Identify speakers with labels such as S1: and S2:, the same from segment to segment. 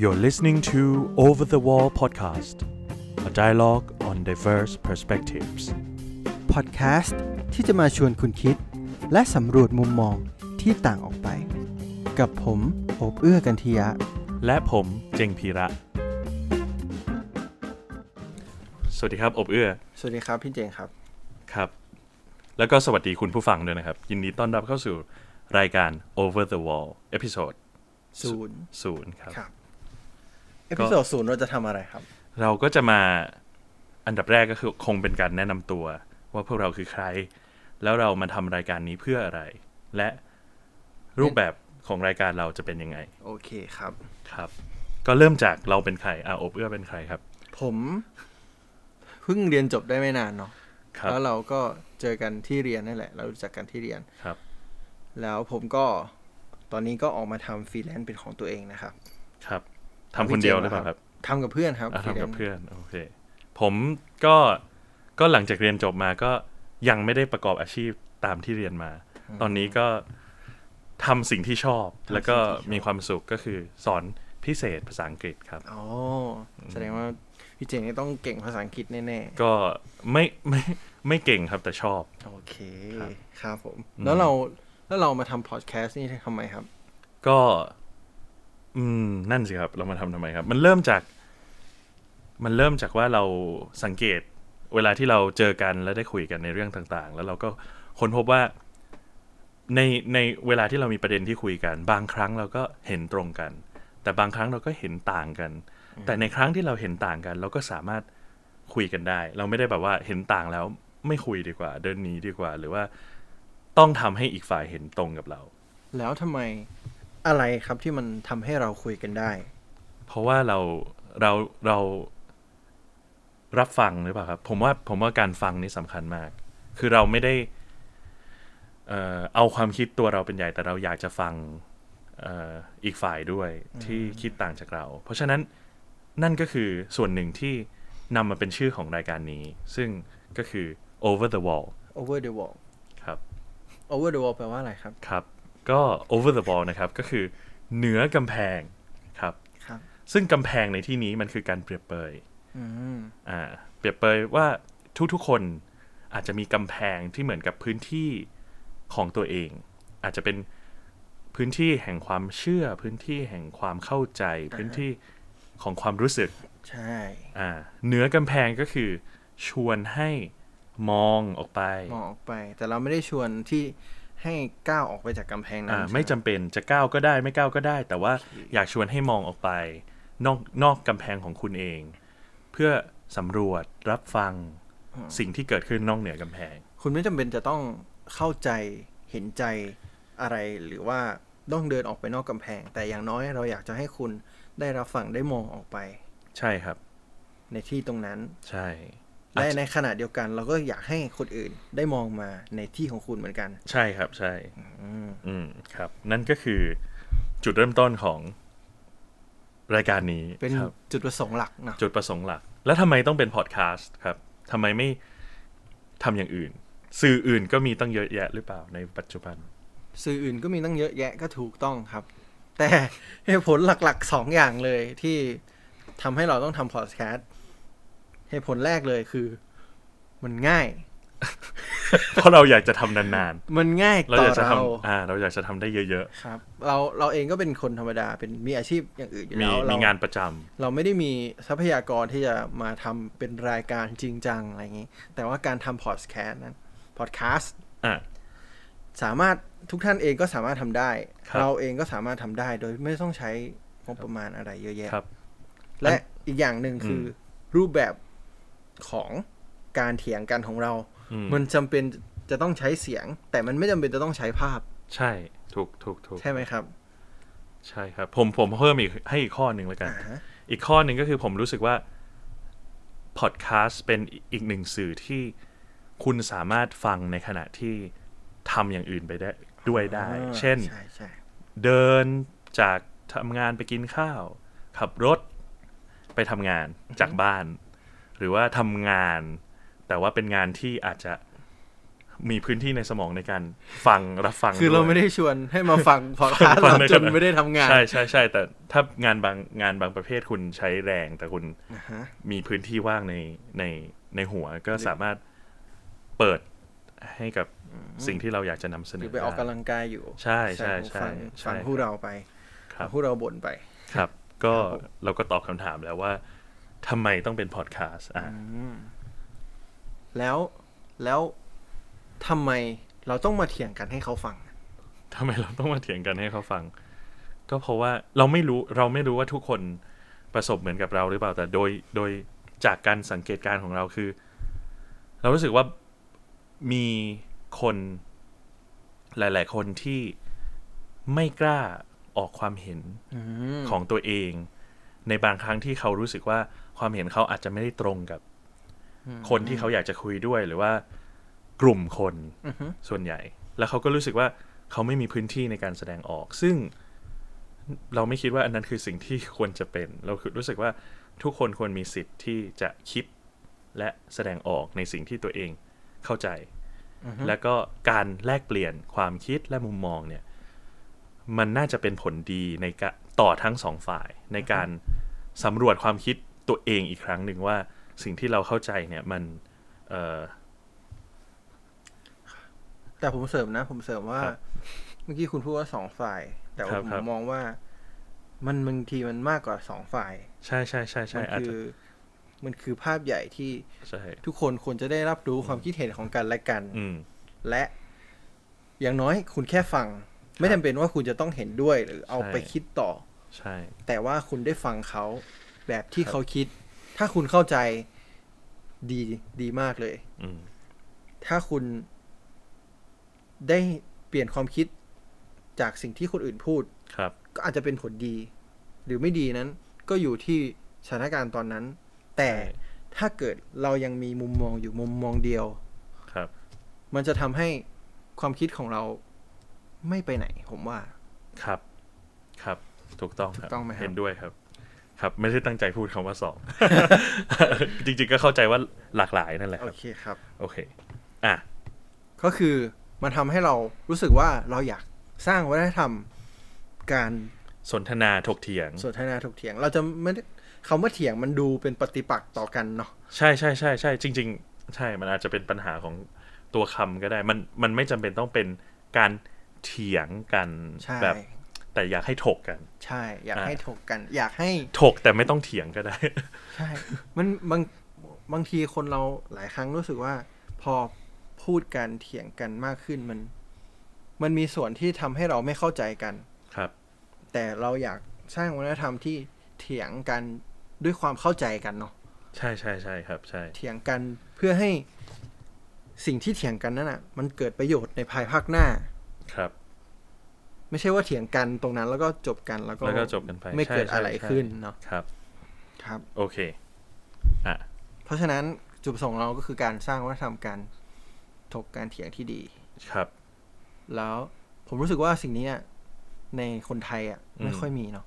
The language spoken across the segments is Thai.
S1: You're listening to Over the Wall Podcast, a dialogue on diverse perspectives.
S2: พอดแคสต์ที่จะมาชวนคุณคิด และสำรวจมุมมองที่ต่างออกไป กับผมโอบเอื้อกันทียะ
S1: และผมเจงพีระ สวัสดีครับ อบเอื้อ
S2: สวัสดีครับพี่เจงครับ
S1: ครับ แล้วก็สวัสดีคุณผู้ฟังด้วยนะครับ ยินดีต้อนรับเข้าสู่รายการ Over the Wall เอพิโซด
S2: ศูนย์
S1: ศูนย์ครับ
S2: ครับ เอพิโซดศูนย์เราจะทำอะไรครับ
S1: เราก็จะมาอันดับแรกก็คือคงเป็นการแนะนำตัว ว่าพวกเราคือใคร แล้วเรามาทำรายการนี้เพื่ออะไร และรูปแบบของรายการเราจะเป็นยังไง
S2: โอเคครับ
S1: ครับ ก็เริ่มจากเราเป็นใครอ่าอบเอื้อเป็นใครครับ
S2: ผมเพิ่งเรียนจบได้ไม่นานเนาะ
S1: ครับ
S2: แล้วเราก็เจอกันที่เรียนนั่นแหละ เรารู้จักกันที่เรียน
S1: ครับ
S2: แล้วผมก็ตอนนี้ก็ออกมาทำฟรีแลนซ์เป็นของตัวเองนะครับ
S1: ครับทำคนเดียวหรือเปล่าครับ
S2: ทำกับเพื่อนครับ
S1: อ่ะทำกับ
S2: ฟรีแลนซ์
S1: เพื่อนโอเค ผมก็ก็หลังจากเรียนจบมาก็ยังไม่ได้ประกอบอาชีพตามที่เรียนมา ตอนนี้ก็ทำสิ่งที่ชอบ แล้วก็มีความสุขก็คือสอนพิเศษภาษาอังกฤษครับ
S2: อ๋อแสดงว่าพี่เจงนี่ต้องเก่งภาษาอังกฤษแน่ๆ
S1: ก็ไม่ไม่ไม่เก่งครับแต่ชอบ
S2: โอเคครับผม แล้วเราแล้วเรามาทำพอดแคสต์นี่ทำไมครับ
S1: ก็ อืม นั่นสิครับ เรามาทำทำไมครับ มันเริ่มจาก มันเริ่มจากว่าเราสังเกต เวลาที่เราเจอกันและได้คุยกันในเรื่องต่างๆ แล้วเราก็ค้นพบว่า ในในเวลาที่เรามีประเด็นที่คุยกัน บางครั้งเราก็เห็นตรงกัน แต่บางครั้งเราก็เห็นต่างกัน แต่ในครั้งที่เราเห็นต่างกัน เราก็สามารถคุยกันได้ เราไม่ได้แบบว่าเห็นต่างแล้วไม่คุยดีกว่า เดินหนีดีกว่า หรือว่าต้องทำให้อีกฝ่ายเห็นตรงกับเรา
S2: แล้วทำไมอะไรครับที่มันทำให้เราคุยกันได้
S1: เพราะว่าเราเราเรารับฟังหรือเปล่าครับ ผมว่าผมว่าการฟังนี่สำคัญมาก คือเราไม่ได้เอ่อเอาความคิดตัวเราเป็นใหญ่แต่เราอยากจะฟังเอ่ออีกฝ่ายด้วยที่คิดต่างจากเรา เพราะฉะนั้นนั่นก็คือส่วนหนึ่งที่นำมาเป็นชื่อของรายการนี้ ซึ่งก็คือ over the wall
S2: over the wall
S1: ครับ
S2: over the wall แปลว่าอะไรครับ
S1: ครับ ก็ over the wall นะครับ ก็คือเหนือกำแพงครับ
S2: ครับ
S1: ซึ่งกำแพงในที่นี้มันคือการเปรียบเปรย
S2: อืม
S1: อ่าเปรียบเปรยว่าทุกๆคนอาจจะมีกำแพงที่เหมือนกับพื้นที่ของตัวเอง อาจจะเป็นพื้นที่แห่งความเชื่อ พื้นที่แห่งความเข้าใจ พื้นที่ของความรู้สึก
S2: ใช่
S1: อ่าเหนือกำแพงก็คือ ชวนให้มองออกไป
S2: มองออกไป แต่เราไม่ได้ชวนที่ให้ก้าวออกไปจากกำแพงนั้
S1: อ่าน ไม่จำเป็นจะก้าวก็ได้ไม่ก้าวก็ได้ แต่ว่าอยากชวนให้มองออกไป นอกนอกกำแพงของคุณเอง เพื่อสำรวจรับฟังสิ่งที่เกิดขึ้นนอกเหนือกำแพง
S2: คุณไม่จำเป็นจะต้องเข้าใจเห็นใจอะไรหรือว่าต้องเดินออกไปนอกกำแพง แต่อย่างน้อยเราอยากจะให้คุณได้รับฟังได้มองออกไป
S1: ใช่ครับ
S2: ในที่ตรงนั้น
S1: ใช่อาจ
S2: และ
S1: จะ
S2: ในขณะเดียวกันเราก็อยากให้คนอื่นได้มองมาในที่ของคุณเหมือนกัน
S1: ใช่ครับใช่ อืมครับ นั่นก็คือจุดเริ่มต้นของรายการนี้
S2: เป็น
S1: ครับ
S2: จุดประสงค์หลักเนอะ
S1: จุดประสงค์หลัก แล้วทำไมต้องเป็นพอดแคสต์ครับทำไมไม่ทำอย่างอื่น สื่ออื่นก็มีตั้งเยอะแยะหรือเปล่าในปัจจุบัน
S2: สื่ออื่นก็มีตั้งเยอะแยะก็ถูกต้องครับ แต่เหตุผลหลักๆสองอย่างเลยที่ทำให้เราต้องทำพอดแคสต์เหตุผลแรกเลยคือ มันง่าย
S1: เพราะเราอยากจะทำนาน
S2: มันง่าย
S1: ๆ เรา
S2: ต่อย
S1: อากจะท
S2: เรา
S1: ำอ่า เราอยากจะทำได้เยอะ
S2: ครับ เราเราเองก็เป็นคนธรรมดาเป็นมีอาชีพอย่างอื่นอยู่
S1: ๆ มี
S2: แล้ว
S1: มี
S2: เรา
S1: งานประจ
S2: เราไม่ได้มีทรัพยากรที่จะมาทำเป็นรายการจริงจังอะไรอย่างนี้ แต่ว่าการทำพอดแคสต์นั้นพอดแคสต์
S1: ำอ่ะ
S2: สามารถทุกท่านเองก็สามารถทำได้
S1: ครับ
S2: เราเองก็สามารถทำได้โดยไม่ต้องใช้งบประมาณอะไรเยอะแยะ
S1: ครับ
S2: และอีกอย่างหนึ่งคืออรูปแบบของการเถียงกันของเรา มันจำเป็นจะต้องใช้เสียง แต่มันไม่จำเป็นจะต้องใช้ภาพ
S1: ใช่ถูกถูกถูก
S2: ใช่ไหมครับ
S1: ใช่ครับ ผมผมเพิ่มอีกให้อีกข้อหนึ่งแล้วกัน
S2: อ่าฮะ
S1: อีกข้อหนึ่งก็คือผมรู้สึกว่าพอดแคสต์เป็นอีกหนึ่งสื่อที่คุณสามารถฟังในขณะที่ทำอย่างอื่นไปได้ด้วยได้ เช่น
S2: ใช่ใช่
S1: เดินจากทำงานไปกินข้าว ขับรถไปทำงานจากบ้าน หรือว่าทำงาน แต่ว่าเป็นงานที่อาจจะ มีพื้นที่ในสมองในการฟังรับฟัง
S2: คือเรา
S1: วย
S2: ไม่ได้ชวนให้มาฟัง พอดแคสต์
S1: ฟัง
S2: เรา
S1: ใน
S2: จน
S1: ขณะ
S2: ไม่ได้ทำงาน
S1: ใช่ใช่ใช่แต่ถ้างานบางงานบางประเภทคุณใช้แรง แต่คุณ
S2: นะฮะ
S1: มีพื้นที่ว่างในในในหัวก็สามารถเปิดให้กับสิ่งที่เราอยากจะนำเสน
S2: หรือ อไปออก
S1: ด้
S2: กำลังกายอยู่
S1: ใช่ใช่ใช่
S2: ฟัง
S1: ใช่
S2: ฟังผู้เราไป
S1: ครับ
S2: ผู้เราบ่นไป
S1: ครับ ก็
S2: ครับผม
S1: เราก็ตอบคำถามแล้วว่าทำไมต้องเป็นพอดแคสต์อ่ะ
S2: แล้วแล้วทำไมเราต้องมาเถียงกันให้เขาฟัง
S1: ทำไมเราต้องมาเถียงกันให้เขาฟัง ก็เพราะว่าเราไม่รู้เราไม่รู้ว่าทุกคนประสบเหมือนกับเราหรือเปล่า แต่โดยโดยจากการสังเกตการณ์ของเราคือ เรารู้สึกว่ามีคนหลาย ๆ คนที่ไม่กล้าออกความเห็น
S2: อืม
S1: ของตัวเองในบางครั้งที่เขารู้สึกว่าความเห็นเขาอาจจะไม่ได้ตรงกับ คนที่เขาอยากจะคุยด้วยหรือว่ากลุ่มคน
S2: อือฮึ
S1: ส่วนใหญ่ แล้วเขาก็รู้สึกว่าเขาไม่มีพื้นที่ในการแสดงออก ซึ่งเราไม่คิดว่าอันนั้นคือสิ่งที่ควรจะเป็น เราคือรู้สึกว่าทุกคนควรมีสิทธิ์ที่จะคิดและแสดงออกในสิ่งที่ตัวเองเข้าใจ
S2: อือฮึ
S1: แล้วก็การแลกเปลี่ยนความคิดและมุมมองเนี่ย มันน่าจะเป็นผลดีในกะต่อทั้งสองฝ่าย ในการสำรวจความคิดตัวเองอีกครั้งหนึ่งว่าสิ่งที่เราเข้าใจเนี่ยมันเอ่อ
S2: แต่ผมเสริมนะ ผมเสริมว่า
S1: ครับ
S2: เมื่อกี้คุณพูดว่าสองฝ่าย แต่
S1: ครั
S2: ว่า
S1: บ
S2: ผ
S1: ครั
S2: ม
S1: บ
S2: มองว่า มันบางทีมันมากกว่าสองฝ่าย
S1: ใช่ใช่ใช่ใช่
S2: มั
S1: อาจ
S2: คื
S1: จะ
S2: อ มันคือภาพใหญ่ที่
S1: ใช่
S2: ทุกคนควรจะได้รับรู้ความคิดเห็นของกันและกัน
S1: อืม
S2: และอย่างน้อยคุณแค่ฟัง ไม่จำเป็นว่าคุณจะต้องเห็นด้วย หรือเอา
S1: ใช่
S2: ไปคิดต่อ
S1: ใช่
S2: แต่ว่าคุณได้ฟังเขาแบบที่
S1: ครับ
S2: เขาคิด ถ้าคุณเข้าใจดีดีมากเลย
S1: อืม
S2: ถ้าคุณได้เปลี่ยนความคิดจากสิ่งที่คนอื่นพูด
S1: ครับ
S2: ก็อาจจะเป็นผลดี หรือไม่ดีนั้น ก็อยู่ที่สถานการณ์ตอนนั้น แต่
S1: ใช่
S2: ถ้าเกิดเรายังมีมุมมองอยู่มุมมองเดียว
S1: ครับ
S2: มันจะทำให้ความคิดของเราไม่ไปไหน ผมว่า
S1: ครับ ครับ ถูกต้องครับ
S2: ถูกต้องไหมครับ
S1: เห็นด้วยครับ ครับ ไม่ได้ตั้งใจพูดคำว่าสอง จริง ๆ ก็เข้าใจว่าหลากหลายนั่นแหละ
S2: โอ
S1: ครับ
S2: เคครับ
S1: โอเค อ่ะ
S2: ก็คือมันทำให้เรารู้สึกว่าเราอยากสร้างวัฒนธรรมการ
S1: สนทนาถกเถียง
S2: สนทนาถกเถียง เราจะไม่ได้คำว่าเถียงมันดูเป็นปฏิปักษ์ต่อกันเนาะ
S1: ใช่ใช่ใช่ใช่จริง ๆ ใช่มันอาจจะเป็นปัญหาของตัวคำก็ได้ มันมันไม่จำเป็นต้องเป็นการเถียงกัน
S2: ใช่
S1: แบบ แต่อยากให้ถกกัน
S2: ใช่อยาก
S1: อ่า
S2: ให้ถกกัน อยากให้
S1: ถกแต่ไม่ต้องเถียงก็ได้
S2: ใช่ มันบางบางทีคนเราหลายครั้งรู้สึกว่า พอพูดกันเถียงกันมากขึ้นมัน มันมีส่วนที่ทำให้เราไม่เข้าใจกัน
S1: ครับ
S2: แต่เราอยากสร้างวัฒนธรรมที่เถียงกันด้วยความเข้าใจกันเนาะ
S1: ใช่ใช่ใช่ครับ ใช่
S2: เถียงกันเพื่อให้สิ่งที่เถียงกันนั่นอ่ะ มันเกิดประโยชน์ในภายภาคหน้า
S1: ครับ
S2: ไม่ใช่ว่าเถียงกันตรงนั้นแล้วก็จบกันแล้วก็
S1: แล้วก็จบกันไป
S2: ไม่
S1: ใช่
S2: เกิด
S1: ใช่
S2: อะไร
S1: ใช่
S2: ขึ้นเนาะ
S1: ครับ
S2: ครับ
S1: โอเคอ่ะ
S2: เพราะฉะนั้นจุดประสงค์ของเราก็คือการสร้างวัฒนธรรมการถกการเถียงที่ดี
S1: ครับ
S2: แล้วผมรู้สึกว่าสิ่งนี้อะในคนไทยอ่ะ
S1: อืม
S2: ไม่ค่อยมีเนาะ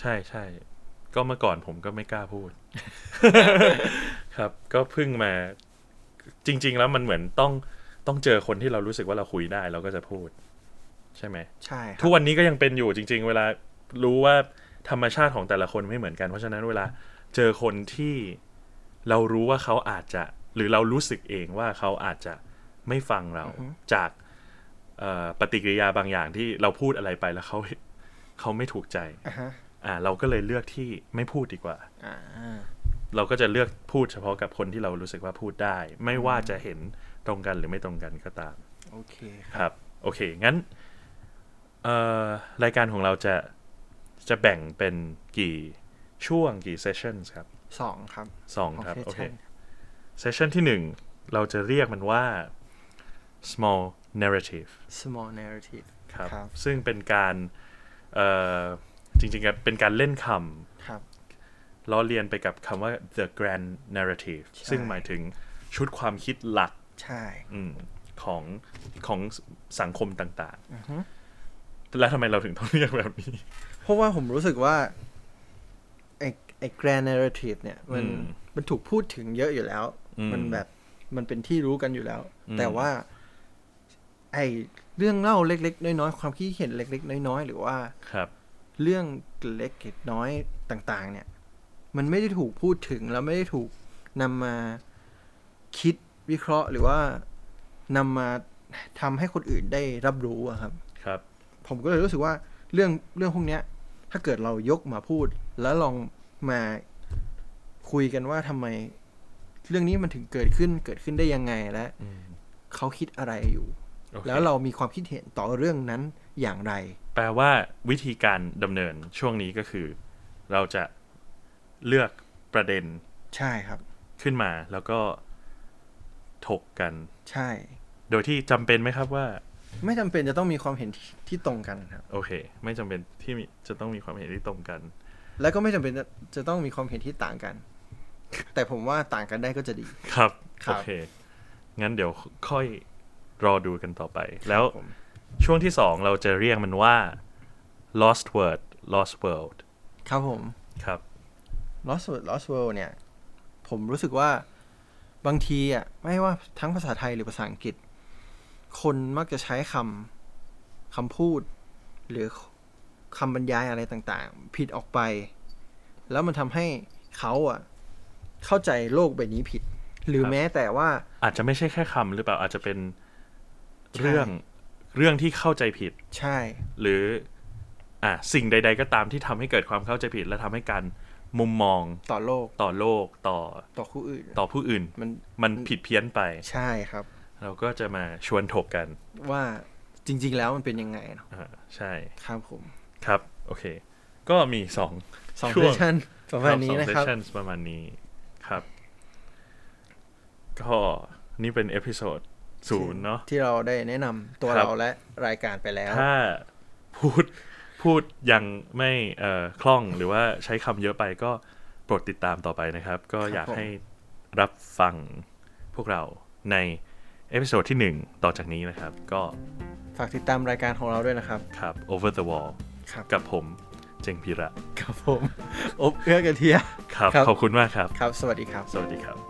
S1: ใช่ใช่ก็เมื่อก่อนผมก็ไม่กล้าพูด ครับ ก็เพิ่งมา จริง ๆ แล้วมันเหมือนต้องต้องเจอคนที่เรารู้สึกว่าเราคุยได้เราก็จะพูด ใช่ไหม
S2: ใช่ค
S1: ทุ
S2: รับ
S1: กวันนี้ก็ยังเป็นอยู่จริง ๆ เวลารู้ว่าธรรมชาติของแต่ละคนไม่เหมือนกัน เพราะฉะนั้นเวลาเจอคนที่เรารู้ว่าเขาอาจจะ หรือเรารู้สึกเองว่าเขาอาจจะไม่ฟังเราจากเอ่อปฏิกิริยาบางอย่างที่เราพูดอะไรไปแล้วเขาเขาไม่ถูกใจ
S2: อ่าฮะ
S1: อ่า เราก็เลยเลือกที่ไม่พูดดีกว่า
S2: อ่า
S1: เราก็จะเลือกพูดเฉพาะกับคนที่เรารู้สึกว่าพูดได้ ไม่ว่าจะเห็นตรงกันหรือไม่ตรงกันก็ตาม
S2: โอเคค
S1: ครับ รับ โอเค งั้นเอ่อรายการของเราจะจะแบ่งเป็นกี่ช่วงกี่เซสชั่นครับ
S2: สองครับ
S1: สอง
S2: ของ
S1: ครับ โอ
S2: เซ
S1: เค
S2: สชั่น
S1: เซสชั่นที่หนึ่งเราจะเรียกมันว่า small narrative
S2: ครับ small narrative
S1: ครับ
S2: ครับ
S1: ซึ่งเป็นการเอ่อจริงๆอะเป็นการเล่นค
S2: ครับ
S1: ำล้อเลียนไปกับคำว่า the grand narrative
S2: ใช่
S1: ซึ่งหมายถึงชุดความคิดหลัก
S2: ใช่
S1: อืมของของสังคมต่าง
S2: อือฮึ
S1: ๆ แล้วทำไมเราถึงต้องเรียกแบบนี้
S2: เพราะว่าผมรู้สึกว่าไอ้ไอ้ grand narrative เนี่ยมัน
S1: อืม
S2: มันถูกพูดถึงเยอะอยู่แล้ว
S1: อืม
S2: มันแบบมันเป็นที่รู้กันอยู่แล้ว
S1: อืม
S2: แต่ว่า ไอเรื่องเล่าเล็ก ๆ น้อยๆความคิดเห็นเล็ก ๆ น้อยๆหรือว่า
S1: ครับ
S2: เรื่องเล็กๆน้อยต่าง ๆ เนี่ย มันไม่ได้ถูกพูดถึง แล้วไม่ได้ถูกนำมาคิดวิเคราะห์ หรือว่านำมาทำให้คนอื่นได้รับรู้อะครับ
S1: ครับ
S2: ผมก็เลยรู้สึกว่าเรื่องเรื่องพวกเนี้ย ถ้าเกิดเรายกมาพูด แล้วลองมาคุยกันว่าทำไม เรื่องนี้มันถึงเกิดขึ้นเกิดขึ้นได้ยังไงและ
S1: อืม
S2: เขาคิดอะไรอยู่
S1: โอค
S2: แล้วเรามีความคิดเห็นต่อเรื่องนั้นอย่างไร
S1: แปลว่าวิธีการดำเนินช่วงนี้ก็คือ เราจะเลือกประเด็น
S2: ใช่ครับ
S1: ขึ้นมา แล้วก็ถกกัน
S2: ใช่
S1: โดยที่จำเป็นไหมครับว่า
S2: ไม่จำเป็นจะต้องมีความเห็นที่ที่ตรงกันครับ
S1: โอเค ไม่จำเป็นที่มีจะต้องมีความเห็นที่ตรงกัน
S2: แล้วก็ไม่จำเป็นจะจะต้องมีความเห็นที่ต่างกัน แต่ผมว่าต่างกันได้ก็จะดี
S1: ครับ
S2: ครั
S1: โอบ เค งั้นเดี๋ยวค่อยรอดูกันต่อไป แล้ว
S2: ผม
S1: ช่วงที่สองเราจะเรียกมันว่า lost word lost world
S2: ครับผม
S1: ครับ
S2: Lost World Lost World เนี่ย ผมรู้สึกว่าบางทีอ่ะไม่ว่าทั้งภาษาไทยหรือภาษาอังกฤษ คนมักจะใช้คำคำพูด หรือคำบรรยายอะไรต่างๆ ผิดออกไป แล้วมันทำให้เขาอ่ะ เข้าใจโลกใบนี้ผิด หรือ
S1: ครับ
S2: แม้แต่ว่า
S1: อาจจะไม่ใช่แค่คำหรือเปล่าอาจจะเป็น
S2: ใช่
S1: เรื่องเรื่องที่เข้าใจผิด
S2: ใช่
S1: หรืออ่ะสิ่งใด ๆ ก็ตามที่ทำให้เกิดความเข้าใจผิด และทำให้การมุมมอง
S2: ต่อโลก
S1: ต่อโลกต่อ
S2: ต่อคู่อื่น
S1: ต่อผู้อื่น
S2: มัน
S1: มันผิดเพี้ยนไป
S2: ใช่ครับ
S1: เราก็จะมาชวนถกกัน
S2: ว่าจริง ๆ แล้วมันเป็นยังไงเนาะ
S1: อ่าใช่
S2: ครับผม
S1: ครับ โอเค ก็มีสอง
S2: สอง
S1: ช่
S2: เซ
S1: ว
S2: ส
S1: ง
S2: ชั่นประมาณนี้
S1: สอง
S2: นะครับ
S1: sessions ประมาณนี้ครับ ก็นี่เป็นเอพิโซดศูนย์เนาะ
S2: ที่เราได้แนะนำตัว
S1: ครับ
S2: เราและรายการไปแล้ว
S1: ถ้าพูด พูดยังไม่เอ่อคล่องหรือว่าใช้คำเยอะไปก็โปรดติดตามต่อไปนะครับ ก็
S2: ครับ
S1: อยาก
S2: ผม
S1: ให้รับฟังพวกเราในเอพิโซดที่หนึ่งต่อจากนี้นะครับ ก็
S2: ฝากติดตามรายการของเราด้วยนะครับ
S1: ครับ over the wall
S2: ครับ
S1: กับผมเจงพีระ
S2: ครับผม อบเอื้อกระเทีย
S1: ครับ
S2: ครับ
S1: ขอบคุณมากครับ
S2: ครับ สวัสดีครับ
S1: สวัสดีครับ